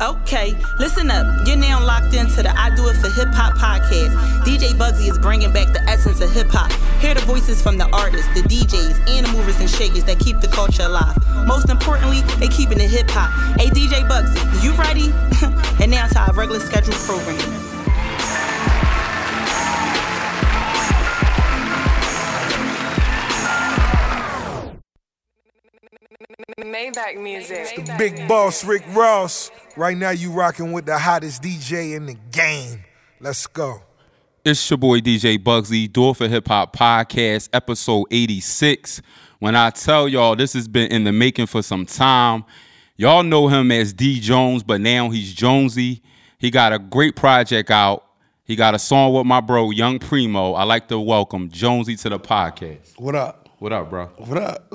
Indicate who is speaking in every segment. Speaker 1: Okay, listen up. You're now locked into the I Do It for Hip Hop podcast. DJ Bugsy is bringing back the essence of hip hop. Hear the voices from the artists, the DJs, and the movers and shakers that keep the culture alive. Most importantly, they keeping it hip hop. Hey, DJ Bugsy, you ready? and now to our regular scheduled programming.
Speaker 2: Maybach music.
Speaker 3: The big boss, Rick Ross. Right now, you rocking with the hottest DJ in the game. Let's go.
Speaker 4: It's your boy DJ Bugsy, Door for Hip Hop Podcast, episode 86. When I tell y'all, this has been in the making for some time. Y'all know him as D Jones, but now he's Jonesy. He got a great project out. He got a song with my bro, Young Primo. I like to welcome Jonesy to the podcast.
Speaker 5: What up?
Speaker 4: What up, bro?
Speaker 5: What up?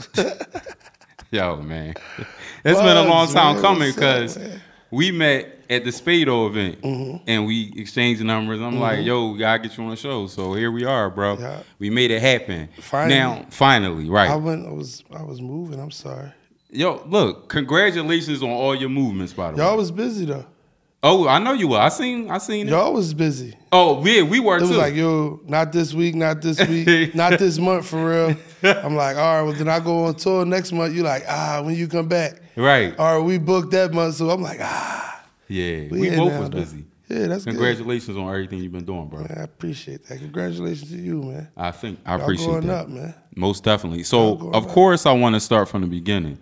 Speaker 4: Yo, man. it's been a long
Speaker 5: Buzz,
Speaker 4: time
Speaker 5: man.
Speaker 4: coming
Speaker 5: What's up,
Speaker 4: because
Speaker 5: man?
Speaker 4: we met at the Spado event
Speaker 5: Mm-hmm.
Speaker 4: and we exchanged numbers. I'm like, yo, we gotta get you on the show. So here we are, bro.
Speaker 5: Yeah.
Speaker 4: We made it happen.
Speaker 5: Finally.
Speaker 4: Now, finally, right.
Speaker 5: I went. I was. I was moving. I'm sorry.
Speaker 4: yo, look, congratulations on all your movements, by the
Speaker 5: Y'all
Speaker 4: way.
Speaker 5: was busy though.
Speaker 4: Oh, I know you were. I seen I seen it.
Speaker 5: Y'all was busy.
Speaker 4: Oh, yeah, we were
Speaker 5: It
Speaker 4: too.
Speaker 5: was like, yo, not this week, not this week, not this month for real. I'm like, all right, well then I go on tour next month. You like, ah, when you come back,
Speaker 4: right.
Speaker 5: all right, we booked that month. So I'm like, ah,
Speaker 4: yeah.
Speaker 5: we
Speaker 4: We
Speaker 5: in
Speaker 4: both
Speaker 5: now,
Speaker 4: was
Speaker 5: though.
Speaker 4: busy.
Speaker 5: yeah, that's good.
Speaker 4: Congratulations on everything you've been doing, bro.
Speaker 5: Man, I appreciate that. Congratulations to you, man.
Speaker 4: I think I
Speaker 5: Y'all
Speaker 4: appreciate
Speaker 5: going
Speaker 4: that.
Speaker 5: up, man.
Speaker 4: Most definitely. So,
Speaker 5: go
Speaker 4: of
Speaker 5: around.
Speaker 4: course, I want to start from the beginning.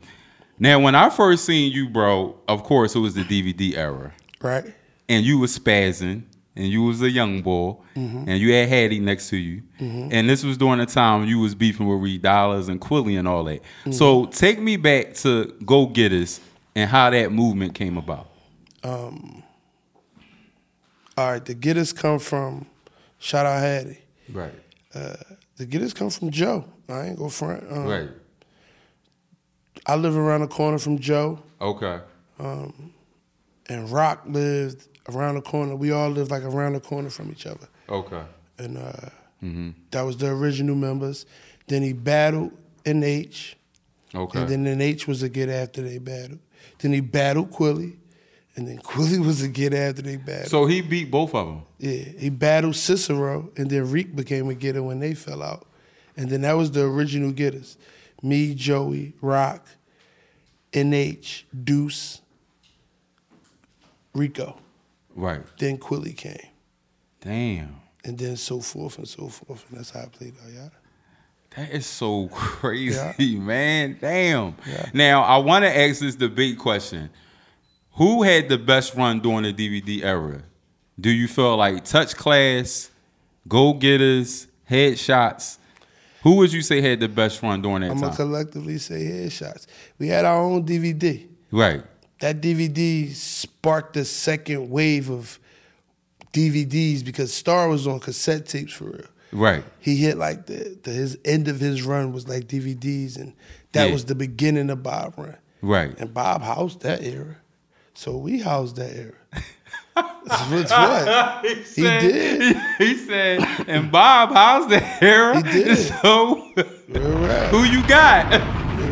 Speaker 4: Now, when I first seen you, bro, of course, it was the DVD era,
Speaker 5: Right?
Speaker 4: and you was spazzing, and you was a young boy,
Speaker 5: Mm-hmm.
Speaker 4: and you had Hattie next to you, and this was during the time you was beefing with Reed Dollars and Quilly and all that.
Speaker 5: Mm-hmm.
Speaker 4: So, take me back to Go Getters and how that movement came about.
Speaker 5: Um, All right, the getters come from shout out Hattie.
Speaker 4: Right.
Speaker 5: The getters come from Joe. I ain't go front. Um,
Speaker 4: Right.
Speaker 5: I live around the corner from Joe,
Speaker 4: Okay.
Speaker 5: and Rock lived around the corner. We all lived like around the corner from each other,
Speaker 4: Okay.
Speaker 5: and uh,
Speaker 4: Mm-hmm.
Speaker 5: that was the original members. Then he battled NH,
Speaker 4: Okay.
Speaker 5: and then NH was a get after they battled. Then he battled Quilly, and then Quilly was a get after they battled.
Speaker 4: so he beat both of them.
Speaker 5: yeah, he battled Cicero, and then Reek became a getter when they fell out, and then that was the original getters. Me, Joey, Rock, NH, Deuce, Rico.
Speaker 4: Right.
Speaker 5: Then Quilly came,
Speaker 4: Damn.
Speaker 5: and then so forth and so forth, and that's how I played Ayada.
Speaker 4: That is so crazy,
Speaker 5: Yeah.
Speaker 4: man. Damn.
Speaker 5: Yeah.
Speaker 4: Now I want to ask this debate question: Who had the best run during the DVD era? Do you feel like Touch Class, Go Getters, Headshots? Who would you say had the best run during that
Speaker 5: I'm gonna
Speaker 4: time?
Speaker 5: collectively say headshots. We had our own DVD.
Speaker 4: right.
Speaker 5: That DVD sparked the second wave of DVDs because Star was on cassette tapes for real.
Speaker 4: Right.
Speaker 5: He hit like the, the his end of his run was like DVDs, and that
Speaker 4: Yeah.
Speaker 5: was the beginning of Bob run.
Speaker 4: Right.
Speaker 5: And Bob housed that era, so we housed that era. What's what?
Speaker 4: He,
Speaker 5: did.
Speaker 4: He said, and Bob, how's the era?
Speaker 5: He did.
Speaker 4: So,
Speaker 5: Real rap.
Speaker 4: who you got?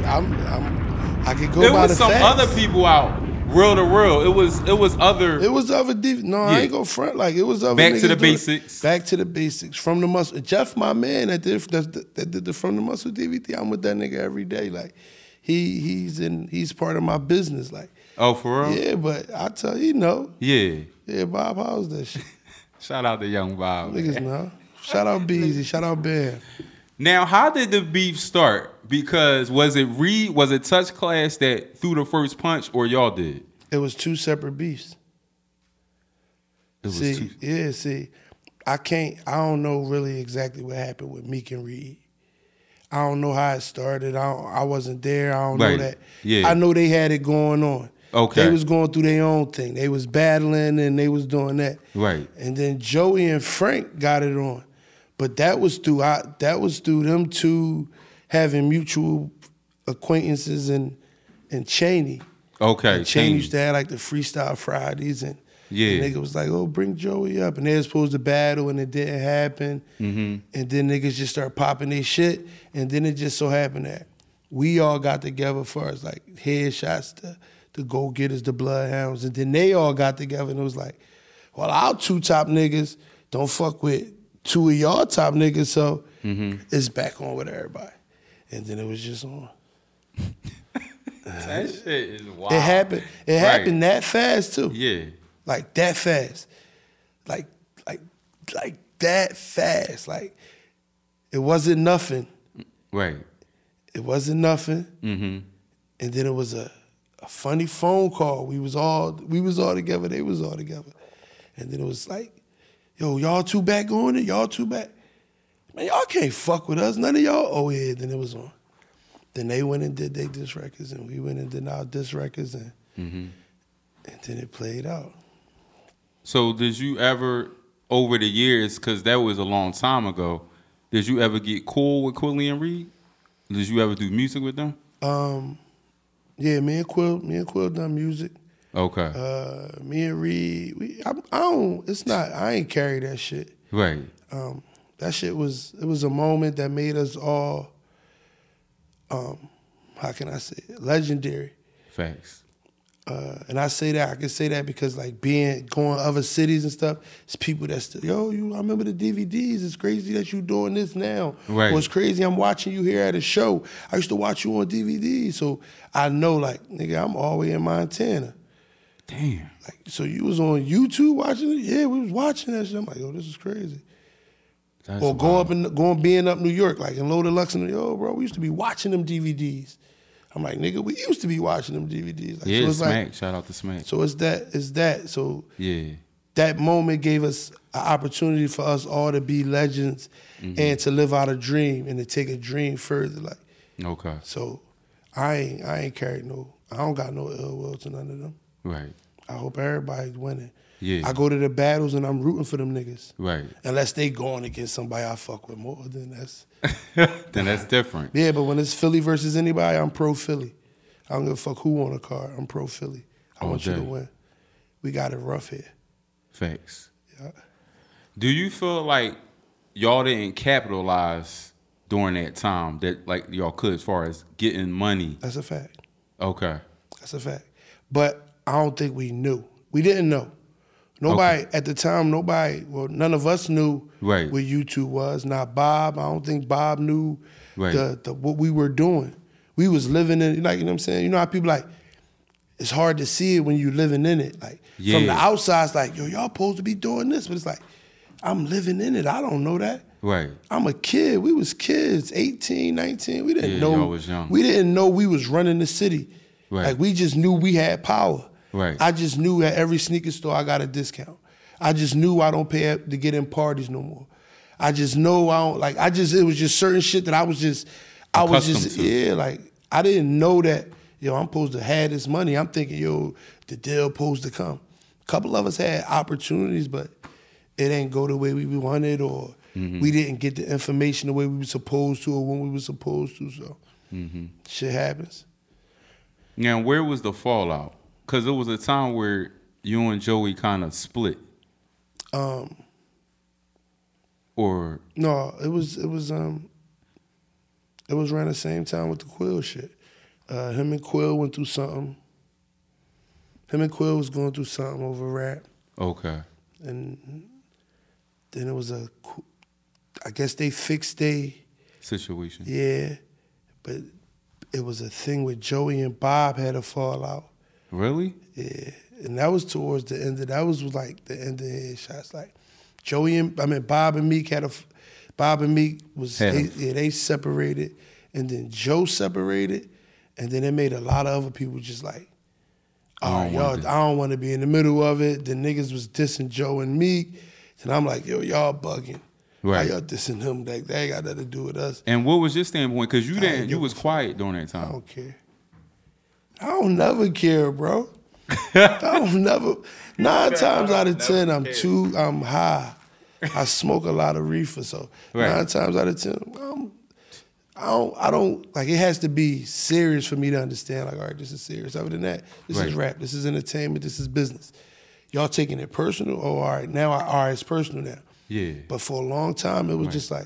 Speaker 5: I'm, I'm, I could go
Speaker 4: It
Speaker 5: by
Speaker 4: was
Speaker 5: the
Speaker 4: some
Speaker 5: facts.
Speaker 4: other people out, real to real. It was it was other.
Speaker 5: It was other deep. No,
Speaker 4: Yeah.
Speaker 5: I ain't go front. Like it was other.
Speaker 4: Back to
Speaker 5: niggas
Speaker 4: the
Speaker 5: doing-
Speaker 4: basics.
Speaker 5: Back to the basics. From the muscle. Jeff, my man, that did that, that did the from the muscle DVD. I'm with that nigga every day. Like he he's in he's part of my business. Like
Speaker 4: oh, for real?
Speaker 5: yeah, but I tell you know
Speaker 4: Yeah.
Speaker 5: yeah Bob Howes that shit.
Speaker 4: Shout out to Young Bob. man.
Speaker 5: Niggas know. Shout out Beezy. Shout out Ben.
Speaker 4: Now, how did the beef start? Because was it Reed, was it touch class that threw the first punch or y'all did?
Speaker 5: It was two separate beefs.
Speaker 4: It was
Speaker 5: see,
Speaker 4: two-
Speaker 5: yeah, see, I can't. I don't know really exactly what happened with Meek and Reed. I don't know how it started. I don't, I wasn't there. I don't
Speaker 4: Right.
Speaker 5: know that.
Speaker 4: Yeah.
Speaker 5: I know they had it going on.
Speaker 4: Okay.
Speaker 5: They was going through their own thing. They was battling and they was doing that.
Speaker 4: Right.
Speaker 5: And then Joey and Frank got it on, but that was through I, that was through them two having mutual acquaintances and and Cheney.
Speaker 4: Okay.
Speaker 5: And Chain
Speaker 4: Change
Speaker 5: used to have like the freestyle Fridays and
Speaker 4: Yeah.
Speaker 5: the nigga was like, oh, bring Joey up. And they were supposed to battle and it didn't happen.
Speaker 4: Mm-hmm.
Speaker 5: And then niggas just start popping their shit. And then it just so happened that we all got together for us, like headshots to the Go Getters, the Bloodhounds, and then they all got together and it was like, well, our two top niggas don't fuck with two of y'all top niggas, so
Speaker 4: Mm-hmm.
Speaker 5: it's back on with everybody. And then it was just on.
Speaker 4: That shit is wild.
Speaker 5: It happened. It happened that fast too.
Speaker 4: Yeah.
Speaker 5: Like that fast. Like like like that fast. Like it wasn't nothing.
Speaker 4: Right.
Speaker 5: It wasn't nothing. And then it was a, a funny phone call. We was all we was all together. They was all together. And then it was like, yo, y'all two back on it. Y'all two back. Man, y'all can't fuck with us. None of y'all. Oh yeah. Then it was on. Then they went and did their diss records, and we went and did our diss records, and and then it played out.
Speaker 4: So did you ever over the years, because that was a long time ago, did you ever get cool with Quilly and Reed? Did you ever do music with them?
Speaker 5: Um, yeah, me and Quill, me and Quill done music.
Speaker 4: Okay.
Speaker 5: Uh, me and Reed, we, I, I don't. It's not. I ain't carry that shit.
Speaker 4: right.
Speaker 5: Um, that shit was. It was a moment that made us all. Um, how can I say it? legendary?
Speaker 4: Facts.
Speaker 5: Uh, and I say that I can say that because like being going other cities and stuff, it's people that still yo. You, I remember the DVDs. It's crazy that you doing this now.
Speaker 4: Right.
Speaker 5: Or it's crazy I'm watching you here at a show. I used to watch you on DVD, so I know like nigga, I'm all the way in Montana.
Speaker 4: Damn.
Speaker 5: Like, so you was on YouTube watching it? Yeah, we was watching that shit. I'm like, yo, this is crazy.
Speaker 4: That's
Speaker 5: or going
Speaker 4: wild.
Speaker 5: up and going being up New York, like in Low Deluxe, and yo, bro, we used to be watching them DVDs. I'm like, nigga, we used to be watching them DVDs. Like,
Speaker 4: Yeah,
Speaker 5: so it's
Speaker 4: Smack.
Speaker 5: like,
Speaker 4: Shout out to Smack.
Speaker 5: so it's that, it's that. So
Speaker 4: yeah.
Speaker 5: that moment gave us an opportunity for us all to be legends
Speaker 4: Mm-hmm.
Speaker 5: and to live out a dream and to take a dream further. Like,
Speaker 4: Okay.
Speaker 5: so I ain't, I ain't carried no, I don't got no ill will to none of them.
Speaker 4: Right.
Speaker 5: I hope everybody's winning.
Speaker 4: Yeah.
Speaker 5: I go to the battles and I'm rooting for them niggas.
Speaker 4: Right.
Speaker 5: Unless they going against somebody I fuck with more, then that's
Speaker 4: Then that's different.
Speaker 5: yeah. But when it's Philly versus anybody, I'm pro Philly. I don't give a fuck who on the card. I'm pro Philly. I
Speaker 4: All
Speaker 5: want you
Speaker 4: day.
Speaker 5: to win. We got it rough here.
Speaker 4: Facts.
Speaker 5: Yeah.
Speaker 4: Do you feel like y'all didn't capitalize during that time that like y'all could as far as getting money?
Speaker 5: That's a fact.
Speaker 4: Okay.
Speaker 5: That's a fact. But I don't think we knew. We didn't know. Nobody at the time. Nobody. Well, none of us knew
Speaker 4: Right.
Speaker 5: what YouTube was. Not Bob. I don't think Bob knew
Speaker 4: Right.
Speaker 5: the, the what we were doing. We was living in like you know what I'm saying. You know how people like. It's hard to see it when you living in it. Like from the
Speaker 4: Yeah.
Speaker 5: outside, it's like yo, y'all supposed to be doing this, but it's like I'm living in it. I don't know that.
Speaker 4: Right.
Speaker 5: I'm a kid. We was kids, 18, 19. We didn't
Speaker 4: Yeah,
Speaker 5: know
Speaker 4: y'all was young.
Speaker 5: we didn't know we was running the city.
Speaker 4: Right.
Speaker 5: Like we just knew we had power.
Speaker 4: Right.
Speaker 5: I just knew at every sneaker store I got a discount. I just knew I don't pay up to get in parties no more. I just know I don't like I just it was just certain shit that I was just I was just
Speaker 4: Accustomed to.
Speaker 5: yeah, like I didn't know that, yo, I'm supposed to have this money. I'm thinking, yo, the deal supposed to come. couple of us had opportunities, but it ain't go the way we wanted or
Speaker 4: Mm-hmm.
Speaker 5: we didn't get the information the way we were supposed to or when we were supposed to. So
Speaker 4: Mm-hmm.
Speaker 5: shit happens.
Speaker 4: Now, where was the fallout? Because it was a time where you and Joey kind of split,
Speaker 5: Um,
Speaker 4: or
Speaker 5: no, it was it was um it was around the same time with the Quill shit. Uh, him and Quill went through something. Him and Quill was going through something over rap.
Speaker 4: okay,
Speaker 5: and then it was a qu- I guess they fixed they
Speaker 4: situation.
Speaker 5: yeah but it was a thing with Joey and Bob had a fallout
Speaker 4: Really?
Speaker 5: yeah and that was towards the end of that was like the end of headshots like Joey and I mean Bob and Meek had a f- Bob and Meek was
Speaker 4: Had
Speaker 5: they,
Speaker 4: a-
Speaker 5: yeah they separated and then Joe separated and then it made a lot of other people just like
Speaker 4: I
Speaker 5: oh,
Speaker 4: don't
Speaker 5: y'all,
Speaker 4: want
Speaker 5: I don't want to be in the middle of it. The niggas was dissing Joe and Meek. And I'm like, yo, y'all bugging.
Speaker 4: Right.
Speaker 5: Why y'all dissing them? Like, they ain't got nothing to do with us.
Speaker 4: And what was your standpoint? Because you
Speaker 5: ain't
Speaker 4: didn't, you
Speaker 5: give
Speaker 4: was
Speaker 5: a fuck.
Speaker 4: quiet during that
Speaker 5: I
Speaker 4: time.
Speaker 5: don't care. I don't never care, bro. I don't never. Nine times out of ten, I'm too, I'm high. I smoke a lot of reefer, so
Speaker 4: Right.
Speaker 5: nine times out of ten, I'm, I don't, I don't like. It has to be serious for me to understand. Like, all right, this is serious. Other than that, this is
Speaker 4: Right.
Speaker 5: rap. This is entertainment. This is business. Y'all taking it personal? Oh, all right, now, I, all right, it's personal now.
Speaker 4: Yeah.
Speaker 5: But for a long time, it was just like,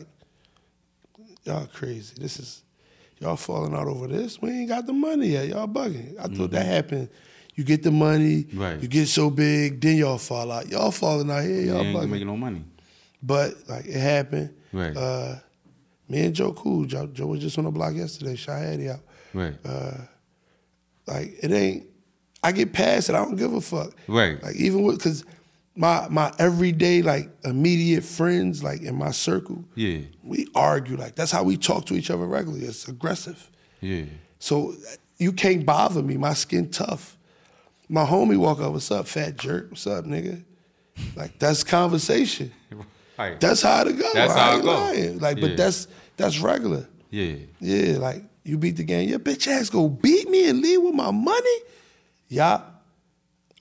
Speaker 5: y'all crazy. This is y'all falling out over this. We ain't got the money yet. Y'all bugging. I thought that happened You get the money,
Speaker 4: Mm-hmm. Right.
Speaker 5: you get so big, then y'all fall out. Y'all falling out here,
Speaker 4: You
Speaker 5: y'all
Speaker 4: ain't
Speaker 5: bugging.
Speaker 4: making no money.
Speaker 5: But like it happened.
Speaker 4: Right.
Speaker 5: Uh, me and Joe cool. Joe, Joe was just on the block yesterday. Shot Hattie out.
Speaker 4: Right.
Speaker 5: Uh, Like it ain't. I get past it. I don't give a fuck.
Speaker 4: Right.
Speaker 5: Like even with because my my everyday like immediate friends like in my circle.
Speaker 4: yeah.
Speaker 5: We argue like that's how we talk to each other regularly. It's aggressive.
Speaker 4: Yeah.
Speaker 5: So you can't bother me. My skin tough. My homie walk up. What's up, fat jerk? What's up, nigga? Like that's conversation.
Speaker 4: Right.
Speaker 5: That's how it go.
Speaker 4: That's
Speaker 5: I
Speaker 4: how it
Speaker 5: ain't
Speaker 4: go.
Speaker 5: lying. Like,
Speaker 4: Yeah.
Speaker 5: but that's that's regular.
Speaker 4: yeah.
Speaker 5: Yeah, like you beat the game. Your bitch ass go beat me and leave with my money. Yup.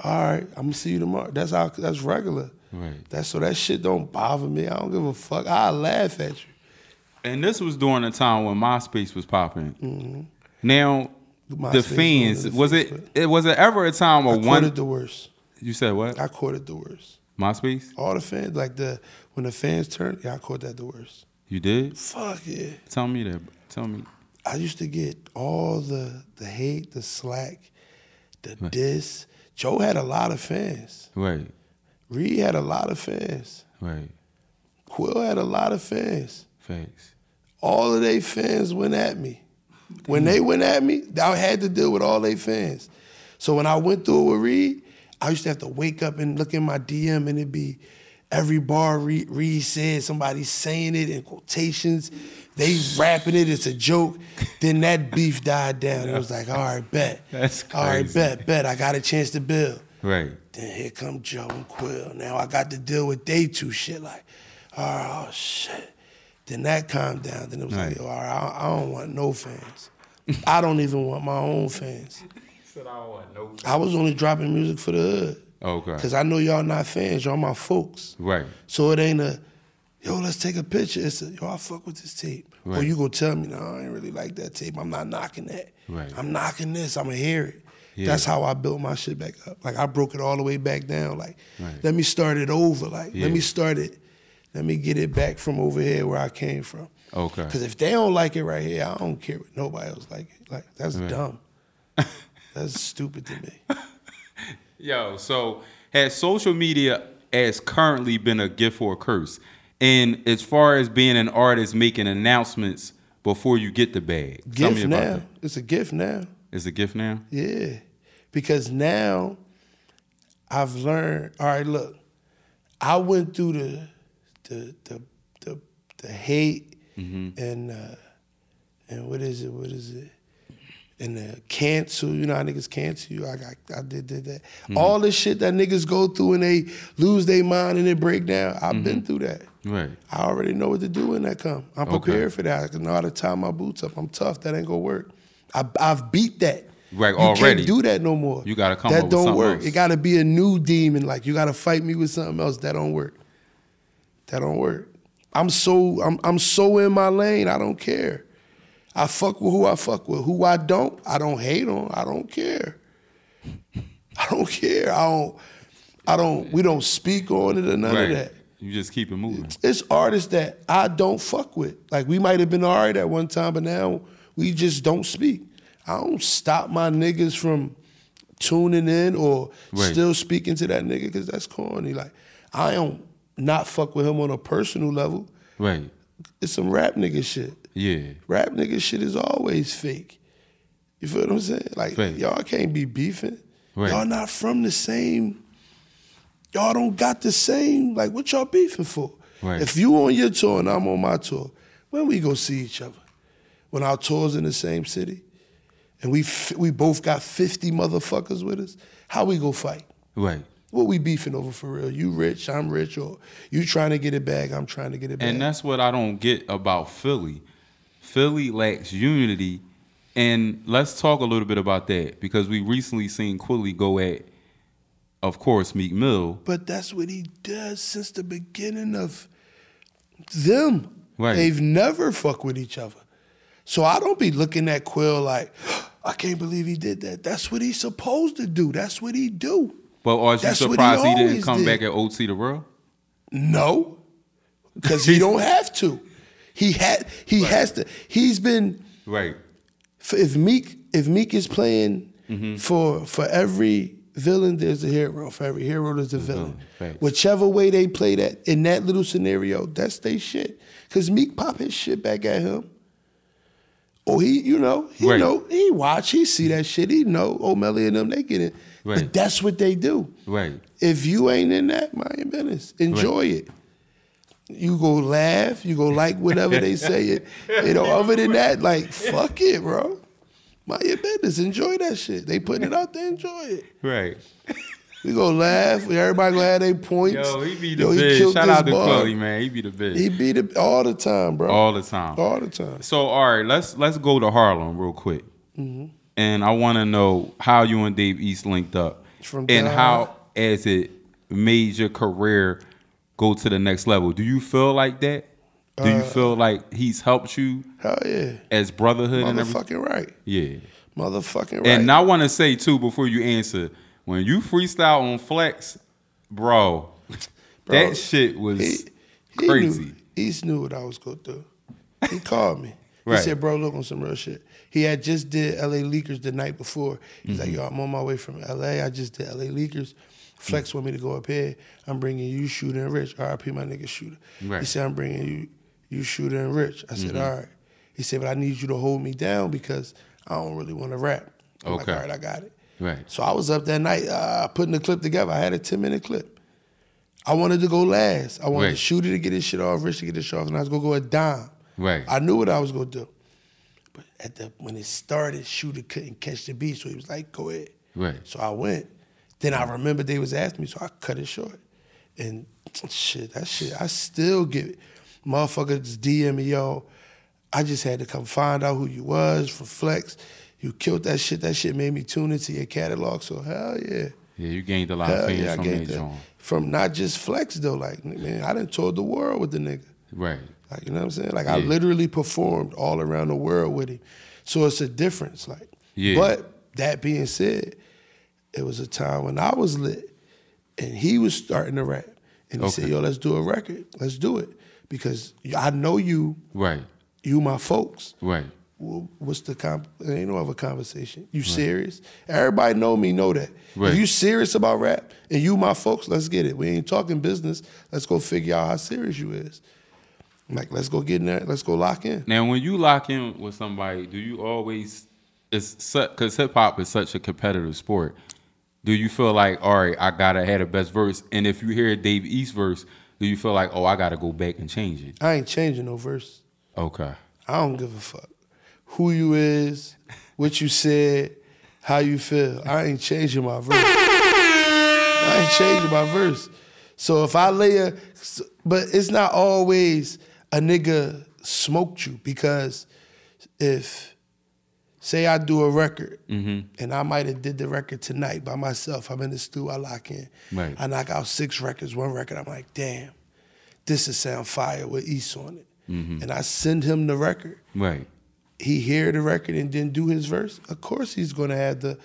Speaker 5: All right, I'm gonna see you tomorrow. That's how. That's regular.
Speaker 4: Right.
Speaker 5: That's so that shit don't bother me. I don't give a fuck. I laugh at you.
Speaker 4: And this was during the time when MySpace was popping. Now, the
Speaker 5: Mm-hmm. MySpace
Speaker 4: fans
Speaker 5: was
Speaker 4: was
Speaker 5: the
Speaker 4: it,
Speaker 5: first,
Speaker 4: it? Was it ever a time
Speaker 5: I
Speaker 4: where one?
Speaker 5: courted the worst.
Speaker 4: you said what?
Speaker 5: I courted the worst.
Speaker 4: MySpace?
Speaker 5: All the fans, like the when the fans turned, yeah, I caught that the worst.
Speaker 4: You did?
Speaker 5: Fuck yeah.
Speaker 4: Tell me that. Tell me.
Speaker 5: I used to get all the the hate, the slack, the diss. Joe had a lot of fans.
Speaker 4: Right.
Speaker 5: Reed had a lot of fans.
Speaker 4: Right.
Speaker 5: Quill had a lot of fans.
Speaker 4: Facts.
Speaker 5: All of their fans went at me. When they went at me, I had to deal with all their fans. So when I went through it with Reed, I used to have to wake up and look in my DM and it'd be every bar Reed, Reed said, somebody saying it in quotations, they rapping it, it's a joke. Then that beef died down. It was like, all right, bet.
Speaker 4: That's
Speaker 5: All right,
Speaker 4: crazy.
Speaker 5: bet, bet. I got a chance to build.
Speaker 4: Right.
Speaker 5: Then here come Joe and Quill. Now I got to deal with day two shit. Like, oh shit. Then that calmed down. Then it was
Speaker 4: Right.
Speaker 5: like, yo, all right, I, I don't want no fans. I don't even want my own fans. I was only dropping music for the hood.
Speaker 4: Okay.
Speaker 5: Cause I know y'all not fans. Y'all my folks.
Speaker 4: Right.
Speaker 5: So it ain't a, yo, let's take a picture. It's a, yo, I fuck with this tape. Or
Speaker 4: Right.
Speaker 5: you go tell me, no, I ain't really like that tape. I'm not knocking that.
Speaker 4: Right.
Speaker 5: I'm knocking this. I'ma hear it.
Speaker 4: Yeah.
Speaker 5: That's how I built my shit back up. Like I broke it all the way back down. Like,
Speaker 4: Right.
Speaker 5: let me start it over. Like,
Speaker 4: Yeah.
Speaker 5: let me start it. Let me get it back from over here where I came from.
Speaker 4: Okay.
Speaker 5: Cause if they don't like it right here, I don't care what nobody else like it. Like that's
Speaker 4: Right.
Speaker 5: dumb. that's stupid to me.
Speaker 4: Yo, so has social media as currently been a gift or a curse? And as far as being an artist making announcements before you get the bag, tell me
Speaker 5: Gift
Speaker 4: about
Speaker 5: now.
Speaker 4: that.
Speaker 5: It's a gift now.
Speaker 4: Is it a gift now?
Speaker 5: Yeah. Because now I've learned, all right, look, I went through the the the the, the hate and uh and what is it? What is it? And the cancel, you know how niggas cancel you. I got I did, did that. All this shit that niggas go through and they lose their mind and they break down. I've been through that.
Speaker 4: Right.
Speaker 5: I already know what to do when that come. I'm
Speaker 4: Okay.
Speaker 5: prepared for that. I can know how to tie my boots up. I'm tough. That ain't gonna work. I, I've beat that.
Speaker 4: Right,
Speaker 5: you
Speaker 4: already.
Speaker 5: Can't do that no more.
Speaker 4: You gotta come
Speaker 5: That
Speaker 4: up with
Speaker 5: don't
Speaker 4: something
Speaker 5: work.
Speaker 4: else.
Speaker 5: It gotta be a new demon. Like you gotta fight me with something else. That don't work. That don't work. I'm so I'm I'm so in my lane. I don't care. I fuck with who I fuck with. Who I don't, I don't hate on. I don't care. I don't care. I don't. I don't. We don't speak on it or none
Speaker 4: right.
Speaker 5: of that
Speaker 4: You just keep it moving.
Speaker 5: it's artists that I don't fuck with. Like we might have been all right at one time, but now we just don't speak. I don't stop my niggas from tuning in or
Speaker 4: Right.
Speaker 5: still speaking to that nigga because that's corny. Like I don't not fuck with him on a personal level.
Speaker 4: Right.
Speaker 5: It's some rap nigga shit.
Speaker 4: Yeah.
Speaker 5: Rap nigga shit is always fake. You feel what I'm saying? Like
Speaker 4: Fake.
Speaker 5: y'all can't be beefing.
Speaker 4: Right.
Speaker 5: Y'all not from the same. Y'all don't got the same. Like what y'all beefing for?
Speaker 4: Right.
Speaker 5: If you on your tour and I'm on my tour, when we go see each other? When our tours in the same city, and we f- we both got fifty motherfuckers with us, how we go fight?
Speaker 4: Right.
Speaker 5: What we beefing over for real? You rich, I'm rich, or you trying to get it back, I'm trying to get it back.
Speaker 4: And that's what I don't get about Philly. Philly lacks unity. And let's talk a little bit about that because we recently seen Quilly go at, of course, Meek Mill.
Speaker 5: But that's what he does since the beginning of them.
Speaker 4: Right.
Speaker 5: They've never fucked with each other. So I don't be looking at Quill like, I can't believe he did that. That's what he's supposed to do. That's what he do.
Speaker 4: But are you
Speaker 5: That's what he
Speaker 4: surprised he, didn't
Speaker 5: always
Speaker 4: come
Speaker 5: did.
Speaker 4: back at OT the World?
Speaker 5: No, because he don't have to. He had he has to. He's been
Speaker 4: Right.
Speaker 5: if Meek if Meek is playing
Speaker 4: Mm-hmm.
Speaker 5: For for every villain, there's a hero. For every hero, there's a villain.
Speaker 4: Mm-hmm. facts.
Speaker 5: Whichever way they play that in that little scenario, that's they shit. Cause Meek pop his shit back at him. Oh, he, you know, he
Speaker 4: Right.
Speaker 5: know, he watch, he see that shit, he know. O'Malley and them, they get it.
Speaker 4: Right.
Speaker 5: But that's what they do.
Speaker 4: Right.
Speaker 5: If you ain't in that, mind business. Enjoy it. You go laugh, you go like whatever they say. It, you know, other than that, like fuck it, bro. Mind your business. Enjoy that shit. They putting it out there. Enjoy it.
Speaker 4: Right.
Speaker 5: We go laugh. Everybody gonna have their points.
Speaker 4: Yo, he be the
Speaker 5: Yo,
Speaker 4: bitch.
Speaker 5: killed
Speaker 4: Shout
Speaker 5: this
Speaker 4: out to
Speaker 5: bar.
Speaker 4: Chloe, man. He be the bitch.
Speaker 5: He beat it all the time, bro.
Speaker 4: all the time.
Speaker 5: all the time.
Speaker 4: So all right, let's let's go to Harlem real quick,
Speaker 5: Mm-hmm.
Speaker 4: and I want to know how you and Dave East linked up,
Speaker 5: From
Speaker 4: and
Speaker 5: God.
Speaker 4: how as it made your career go to the next level. Do you feel like that? Do
Speaker 5: Uh,
Speaker 4: you feel like he's helped you
Speaker 5: Hell yeah.
Speaker 4: as brotherhood and everything?
Speaker 5: Motherfucking right.
Speaker 4: Yeah.
Speaker 5: Motherfucking right.
Speaker 4: And I want to say too before you answer, when you freestyle on Flex, bro,
Speaker 5: Bro,
Speaker 4: that shit was
Speaker 5: He
Speaker 4: crazy.
Speaker 5: Knew, East knew what I was gonna do. He called me.
Speaker 4: Right.
Speaker 5: He said, "Bro, look on some real shit." He had just did L.A. Leakers the night before. He's
Speaker 4: Mm-hmm.
Speaker 5: like, "Yo, I'm on my way from L.A. I just did L.A.
Speaker 4: Mm.
Speaker 5: Leakers. Flex want me to go up here. I'm bringing you Shooter and Rich. R.I.P. My nigga Shooter."
Speaker 4: Right. Mm-hmm.
Speaker 5: He said, "I'm bringing you you Shooter and Rich." I said, "All right." He said, "But I need you to hold me down because I don't really want to rap." I'm
Speaker 4: Okay.
Speaker 5: like, "All right, I got it."
Speaker 4: Right.
Speaker 5: So I was up that night uh, putting the clip together. I had a 10 minute clip. I wanted to go last. I wanted
Speaker 4: Right.
Speaker 5: Shooter to get his shit off, Rich to get his shit off, and I was gonna go a dime.
Speaker 4: Right.
Speaker 5: I knew what I was gonna do. But at the when it started, Shooter couldn't catch the beat, so he was like, go ahead.
Speaker 4: Right.
Speaker 5: So I went. Then I remembered they was asking me, so I cut it short. And shit, that shit, I still get it. Motherfuckers DM me, yo, I just had to come find out who you was for Flex. You killed that shit. That shit made me tune into your catalog. So hell yeah.
Speaker 4: Yeah, you gained a lot of
Speaker 5: Hell
Speaker 4: fans
Speaker 5: yeah, I
Speaker 4: from
Speaker 5: gave
Speaker 4: that
Speaker 5: that.
Speaker 4: joint.
Speaker 5: From not just Flex though, like man, I done toured the world with the nigga.
Speaker 4: Right.
Speaker 5: Like, you know what I'm saying? Like, I
Speaker 4: Yeah.
Speaker 5: literally performed all around the world with him. So it's a difference. Like,
Speaker 4: Yeah.
Speaker 5: but that being said, it was a time when I was lit and he was starting to rap. And he said,
Speaker 4: Okay.
Speaker 5: yo, let's do a record. Let's do it. Because I know you,
Speaker 4: Right,
Speaker 5: you my folks.
Speaker 4: right,
Speaker 5: Wh- What's the comp? There ain't no other conversation. You serious? Everybody know me, know that.
Speaker 4: Right.
Speaker 5: If you serious about rap and you my folks, let's get it. We ain't talking business. Let's go figure out how serious you is. I'm like, let's go get in there. Let's go lock in.
Speaker 4: Now, when you lock in with somebody, do you always? It's because hip hop is such a competitive sport. Do you feel like, all right, I gotta have the best verse? And if you hear Dave East verse, do you feel like, oh, I gotta go back and change it?
Speaker 5: I ain't changing no verse.
Speaker 4: Okay,
Speaker 5: I don't give a fuck who you is, what you said, how you feel. I ain't changing my verse. I ain't changing my verse. So if I lay a, but it's not always a nigga smoked you because if say I do a record and I might have did the record tonight by myself, I'm in the studio, I lock in,
Speaker 4: Right.
Speaker 5: I knock out six records, one record, I'm like, damn, this is sound fire with East on it, and I send him the record
Speaker 4: right,
Speaker 5: he hear the record and then do his verse, of course he's gonna have the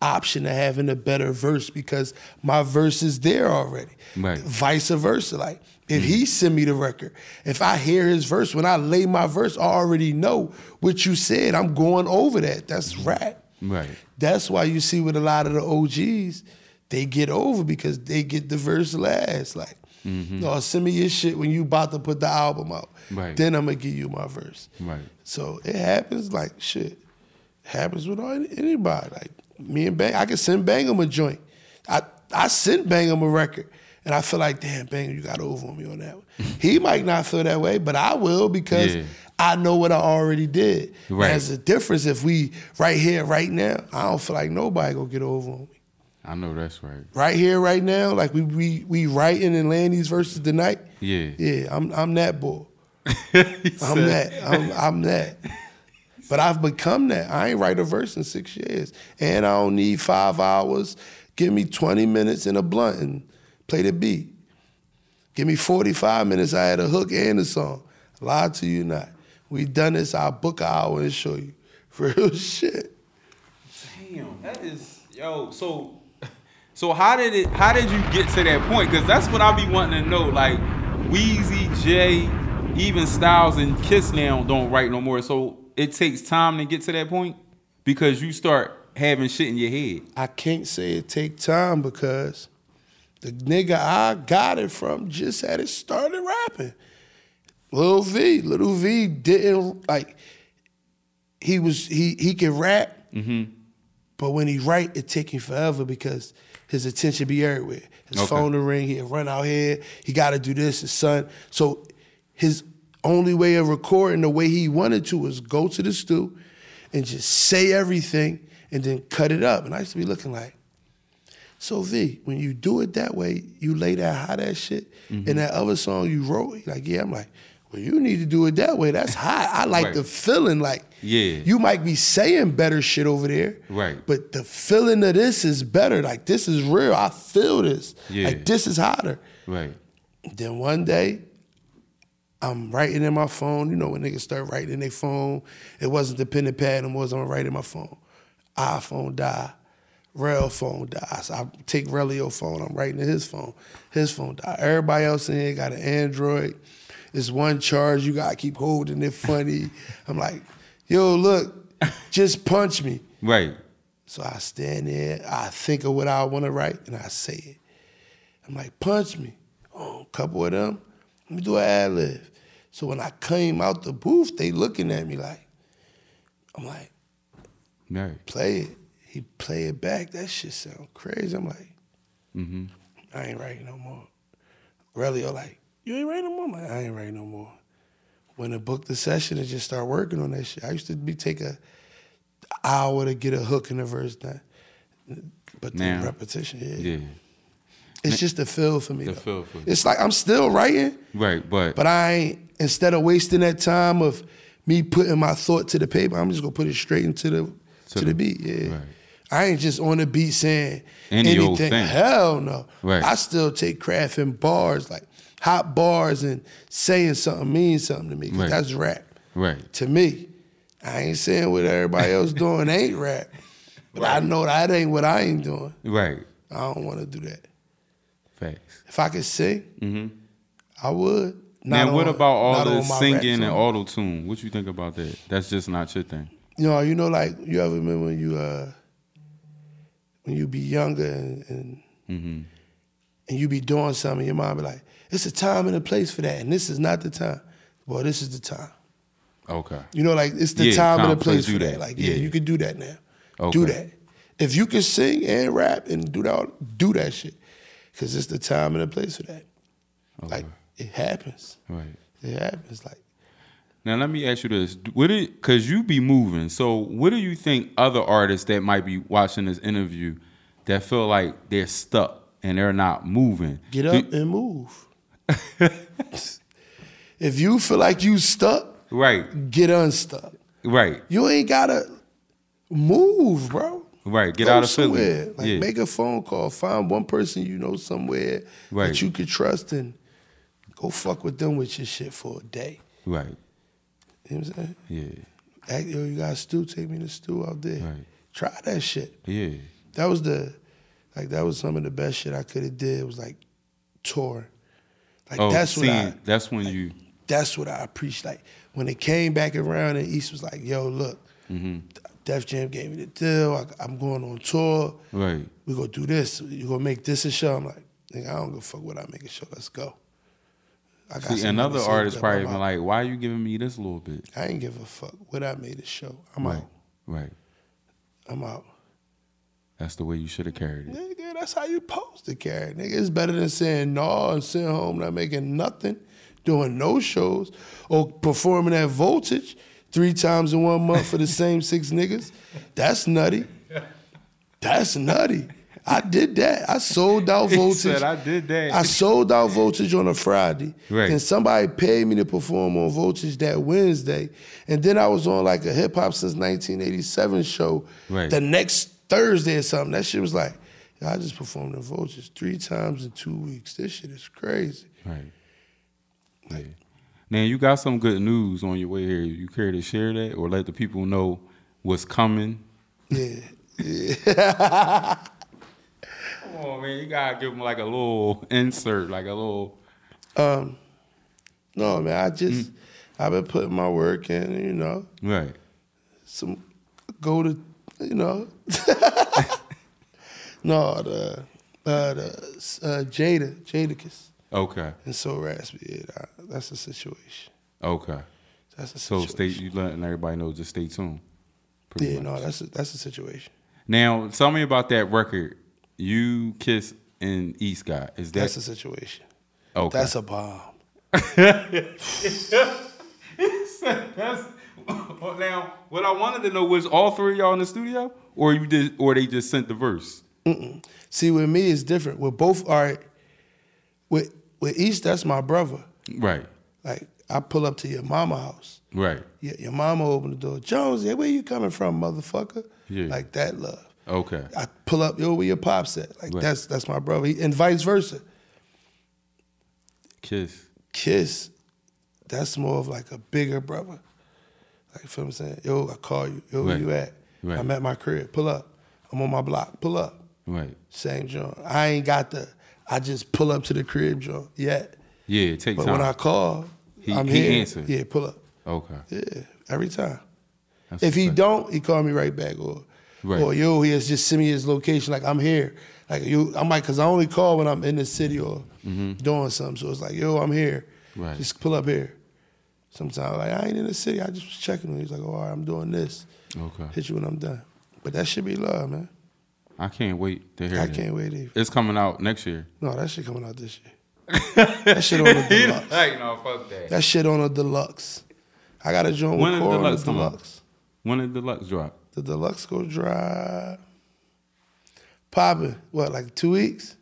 Speaker 5: option of having a better verse because my verse is there already.
Speaker 4: Right. Mm-hmm.
Speaker 5: Vice versa. Like if he send me the record, if I hear his verse, when I lay my verse, I already know what you said. I'm going over that. That's
Speaker 4: Mm-hmm.
Speaker 5: rap.
Speaker 4: right,
Speaker 5: That's why you see with a lot of the OGs, they get over because they get the verse last. Like, no, send me your shit when you about to put the album out.
Speaker 4: Mm-hmm. Right.
Speaker 5: Then I'm gonna give you my verse.
Speaker 4: right,
Speaker 5: So it happens like shit. It happens with all, anybody. Like me and Bang, I can send Bangham a joint. I I sent Bangham a record. And I feel like, damn, Bangham, you got over on me on that one. he might not feel that way, but I will because
Speaker 4: Yeah.
Speaker 5: I know what I already did.
Speaker 4: Right.
Speaker 5: There's a difference if we right here, right now, I don't feel like nobody gonna get over on me.
Speaker 4: I know that's right.
Speaker 5: Right here, right now, like we we we writing and laying these verses tonight.
Speaker 4: Yeah.
Speaker 5: Yeah, I'm I'm that boy.
Speaker 4: He
Speaker 5: I'm
Speaker 4: said-
Speaker 5: that. I'm, I'm that. But I've become that. I ain't write a verse in six years, and I don't need five hours. Give me 20 minutes and a blunt and play the beat. Give me 45 minutes. I had a hook and a song. Lie to you not. We done this. I'll book an hour and show you. Real shit.
Speaker 4: Damn, that is yo. So, so how did it? How did you get to that point? Because that's what I be wanting to know. Like, Wheezy, Jay, even Styles and Kiss now don't write no more. So it takes time to get to that point because you start having shit in your head.
Speaker 5: I can't say it take time because the nigga I got it from just had it started rapping. Lil V, Little V didn't like. He was he he can rap, but when he write, it take him forever because his attention be everywhere. His
Speaker 4: Okay.
Speaker 5: phone to ring, he run out here. He got to do this, his son. So his only way of recording the way he wanted to was go to the stew and just say everything and then cut it up. And I used to be looking like. So V, when you do it that way, you lay that hot ass shit.
Speaker 4: Mm-hmm.
Speaker 5: And that other song you wrote, like yeah, I'm like, well, you need to do it that way. That's hot. I like
Speaker 4: Right.
Speaker 5: the feeling. Like
Speaker 4: Yeah.
Speaker 5: you might be saying better shit over there,
Speaker 4: Right.
Speaker 5: But the feeling of this is better. Like this is real. I feel this.
Speaker 4: Yeah.
Speaker 5: Like this is hotter.
Speaker 4: Right.
Speaker 5: Then one day, I'm writing in my phone. You know when niggas start writing in their phone, it wasn't the pen and pad no more. it was I'm writing in my phone. iPhone die, rail phone die. So I take Relio phone. I'm writing in his phone. His phone die. Everybody else in here got an Android. It's one charge. You gotta keep holding it funny. I'm like, yo, look, just punch me.
Speaker 4: Right.
Speaker 5: So I stand there, I think of what I want to write, and I say it. I'm like, punch me. Oh, a couple of them, let me do an ad lib. So when I came out the booth, they looking at me like, I'm like,
Speaker 4: Right.
Speaker 5: play it. He play it back. That shit sound crazy. I'm like,
Speaker 4: Mm-hmm.
Speaker 5: I ain't writing no more. Relio like, you ain't writing no more. I'm like, I ain't writing no more. When I booked the session and just start working on that shit, I used to be take a hour to get a hook in the verse done. But the
Speaker 4: Now.
Speaker 5: repetition, yeah.
Speaker 4: Yeah.
Speaker 5: It's just the feel for me.
Speaker 4: The
Speaker 5: though.
Speaker 4: feel for you.
Speaker 5: It's like I'm still writing,
Speaker 4: Right. But,
Speaker 5: but I ain't, instead of wasting that time of me putting my thought to the paper, I'm just gonna put it straight into the to, the,
Speaker 4: the-
Speaker 5: beat. Yeah.
Speaker 4: right.
Speaker 5: I ain't just on the beat saying
Speaker 4: Any
Speaker 5: anything.
Speaker 4: old thing.
Speaker 5: Hell no.
Speaker 4: Right.
Speaker 5: I still take craft and bars, like hot bars and saying something means something to me. 'cause
Speaker 4: Right.
Speaker 5: That's rap
Speaker 4: right.
Speaker 5: to me. I ain't saying what everybody else doing ain't rap. But I know that ain't what I ain't doing.
Speaker 4: Right.
Speaker 5: I don't wanna do that.
Speaker 4: Facts.
Speaker 5: If I could sing, I would.
Speaker 4: now,
Speaker 5: Not
Speaker 4: Mm-hmm. what
Speaker 5: on-
Speaker 4: about all
Speaker 5: not
Speaker 4: the
Speaker 5: on my rap
Speaker 4: singing and
Speaker 5: song.
Speaker 4: auto tune? What you think about that? That's just not your thing.
Speaker 5: You know, you know, like you ever remember when you uh when you be younger and and,
Speaker 4: Mm-hmm.
Speaker 5: and you be doing something, your mom be like, "It's a time and a place for that, and this is not the time." Boy, this is the time.
Speaker 4: Okay.
Speaker 5: You know, like it's the
Speaker 4: Yeah,
Speaker 5: time and
Speaker 4: time,
Speaker 5: the place
Speaker 4: place, do
Speaker 5: for that.
Speaker 4: that.
Speaker 5: Like, yeah,
Speaker 4: Yeah.
Speaker 5: you can do that now. Do
Speaker 4: Okay.
Speaker 5: that. If you can sing and rap and do that, do that shit, because it's the time and the place for that. Like it happens.
Speaker 4: Right.
Speaker 5: It happens. Like
Speaker 4: Now let me ask you this: What it because you be moving? So what do you think other artists that might be watching this interview that feel like they're stuck and they're not moving?
Speaker 5: Get
Speaker 4: Do-
Speaker 5: up and move. if you feel like you stuck,
Speaker 4: right,
Speaker 5: get unstuck.
Speaker 4: right,
Speaker 5: You ain't gotta move, bro.
Speaker 4: right. Get
Speaker 5: Go
Speaker 4: out of
Speaker 5: somewhere.
Speaker 4: Philly.
Speaker 5: Like
Speaker 4: yeah.
Speaker 5: make a phone call. Find one person you know somewhere
Speaker 4: Right.
Speaker 5: that you could trust and go fuck with them with your shit for a day.
Speaker 4: right.
Speaker 5: You know what I'm saying?
Speaker 4: Yeah.
Speaker 5: Act, yo, you got a stew, take me to stew out there.
Speaker 4: Right.
Speaker 5: Try that shit.
Speaker 4: Yeah.
Speaker 5: That was the like that was some of the best shit I could have did. was like tour. Like
Speaker 4: Oh,
Speaker 5: that's
Speaker 4: see,
Speaker 5: what I
Speaker 4: that's when you.
Speaker 5: that's what I appreciate. Like when it came back around and East was like, "Yo, look,
Speaker 4: Mm-hmm.
Speaker 5: Def Jam gave me the deal. I, I'm going on tour.
Speaker 4: Right.
Speaker 5: We gonna do this. You gonna make this a show." I'm like, "Nigga, I don't give a fuck what I make a show. Let's go." I got
Speaker 4: See,
Speaker 5: some
Speaker 4: another
Speaker 5: money saved
Speaker 4: artist
Speaker 5: up.
Speaker 4: probably
Speaker 5: I'm
Speaker 4: been
Speaker 5: out.
Speaker 4: like, "Why are you giving me this little bit?"
Speaker 5: "I ain't give a fuck what I made a show. I'm
Speaker 4: Right.
Speaker 5: out.
Speaker 4: Right.
Speaker 5: I'm out."
Speaker 4: That's the way you should have carried it.
Speaker 5: Nigga, that's how you post to carry. Nigga, it's better than saying no and sitting home not making nothing, doing no shows, or performing at voltage three times in one month for the same six niggas. That's nutty. That's nutty. I did that. I sold out
Speaker 4: He
Speaker 5: voltage.
Speaker 4: said, "I did that."
Speaker 5: I sold out voltage on a Friday.
Speaker 4: Right.
Speaker 5: Then somebody paid me to perform on voltage that Wednesday, and then I was on like a hip hop since 1987 show.
Speaker 4: Right.
Speaker 5: The next Thursday or something. That shit was like, "Yo, I just performed in voltage three times in two weeks. This shit is crazy.
Speaker 4: Right. Yeah. Now you got some good news on your way here. You care to share that or let the people know what's coming?
Speaker 5: Yeah. yeah.
Speaker 4: Come on, man. You gotta give them like a little insert, like a little.
Speaker 5: No, man. I just
Speaker 4: Mm.
Speaker 5: I've been putting my work in. You know,
Speaker 4: Right.
Speaker 5: some go to you know. no, the uh, the uh, Jada, Jadakiss,
Speaker 4: Okay.
Speaker 5: and so raspy. Yeah, nah, that's the situation.
Speaker 4: Okay.
Speaker 5: That's the
Speaker 4: So
Speaker 5: situation.
Speaker 4: stay you letting everybody know just stay tuned. pretty
Speaker 5: yeah,
Speaker 4: much.
Speaker 5: no, that's a, that's the situation.
Speaker 4: Now tell me about that record. You kiss and East guy. Is that
Speaker 5: That's the situation.
Speaker 4: okay?
Speaker 5: That's a bomb.
Speaker 4: That's- well, now what I wanted to know was all three of y'all in the studio, or you did, or they just sent the verse.
Speaker 5: See, with me, it's different. With both, all right. With with East, that's my brother.
Speaker 4: Right.
Speaker 5: Like I pull up to your mama house.
Speaker 4: Right.
Speaker 5: Your, your mama open the door. Jones, yeah, where you coming from, motherfucker?
Speaker 4: Yeah.
Speaker 5: Like that love.
Speaker 4: Okay.
Speaker 5: I pull up, yo, where your pops at? Like
Speaker 4: Right.
Speaker 5: that's that's my brother. He, and vice versa.
Speaker 4: Kiss.
Speaker 5: Kiss, that's more of like a bigger brother. Like feel what I'm saying? Yo, I call you. Yo, where
Speaker 4: Right.
Speaker 5: you at?
Speaker 4: Right.
Speaker 5: I'm at my crib. Pull up. I'm on my block. Pull up.
Speaker 4: Right.
Speaker 5: Same John. I ain't got the. I just pull up to the crib, John. Yet.
Speaker 4: Yeah. Take
Speaker 5: But
Speaker 4: time.
Speaker 5: when I call,
Speaker 4: He-
Speaker 5: I'm
Speaker 4: he
Speaker 5: here.
Speaker 4: answered.
Speaker 5: Yeah, pull up.
Speaker 4: okay.
Speaker 5: Yeah, every time.
Speaker 4: That's
Speaker 5: If he
Speaker 4: what's
Speaker 5: don't, he call me right back or
Speaker 4: Right.
Speaker 5: or yo, he has just send me his location. Like I'm here. Like you, I'm like, cause I only call when I'm in the city or doing something. So it's like, yo, I'm here.
Speaker 4: Mm-hmm. Right.
Speaker 5: Just pull up here. Sometimes like I ain't in the city. I just was checking on. you. He's like, oh, all right, I'm doing this.
Speaker 4: Okay.
Speaker 5: Hit you when I'm done. But that should be love, man.
Speaker 4: I can't wait to hear.
Speaker 5: I
Speaker 4: that.
Speaker 5: can't wait either.
Speaker 4: It's coming out next year.
Speaker 5: No, that shit coming out this year. that shit on the deluxe.
Speaker 4: Hey, no, fuck that.
Speaker 5: That shit on the deluxe. I got a joint
Speaker 4: When
Speaker 5: with
Speaker 4: did
Speaker 5: Cora on the
Speaker 4: Deluxe come out?
Speaker 5: deluxe.
Speaker 4: When did Deluxe drop?
Speaker 5: The deluxe go dry. Popping, what, like two weeks?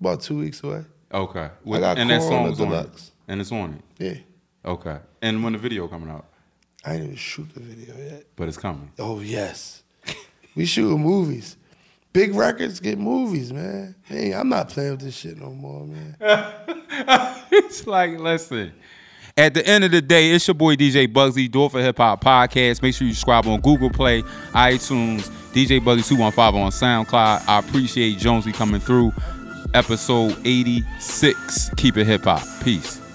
Speaker 5: About two weeks away.
Speaker 4: Okay.
Speaker 5: I got
Speaker 4: and that
Speaker 5: Coral on
Speaker 4: song's
Speaker 5: the
Speaker 4: on it.
Speaker 5: Deluxe.
Speaker 4: And it's on it.
Speaker 5: Yeah.
Speaker 4: Okay. And when the video coming out,
Speaker 5: I ain't even shoot the video yet.
Speaker 4: but it's coming.
Speaker 5: Oh yes. we shooting movies. Big records get movies, man. Hey, I'm not playing with this shit no more, man.
Speaker 4: it's like, listen. At the end of the day, it's your boy DJ Bugsy, Door for Hip Hop Podcast. Make sure you subscribe on Google Play, iTunes, DJ Bugsy215 on SoundCloud. I appreciate Jonesy coming through. Episode 86. Keep it hip hop. Peace.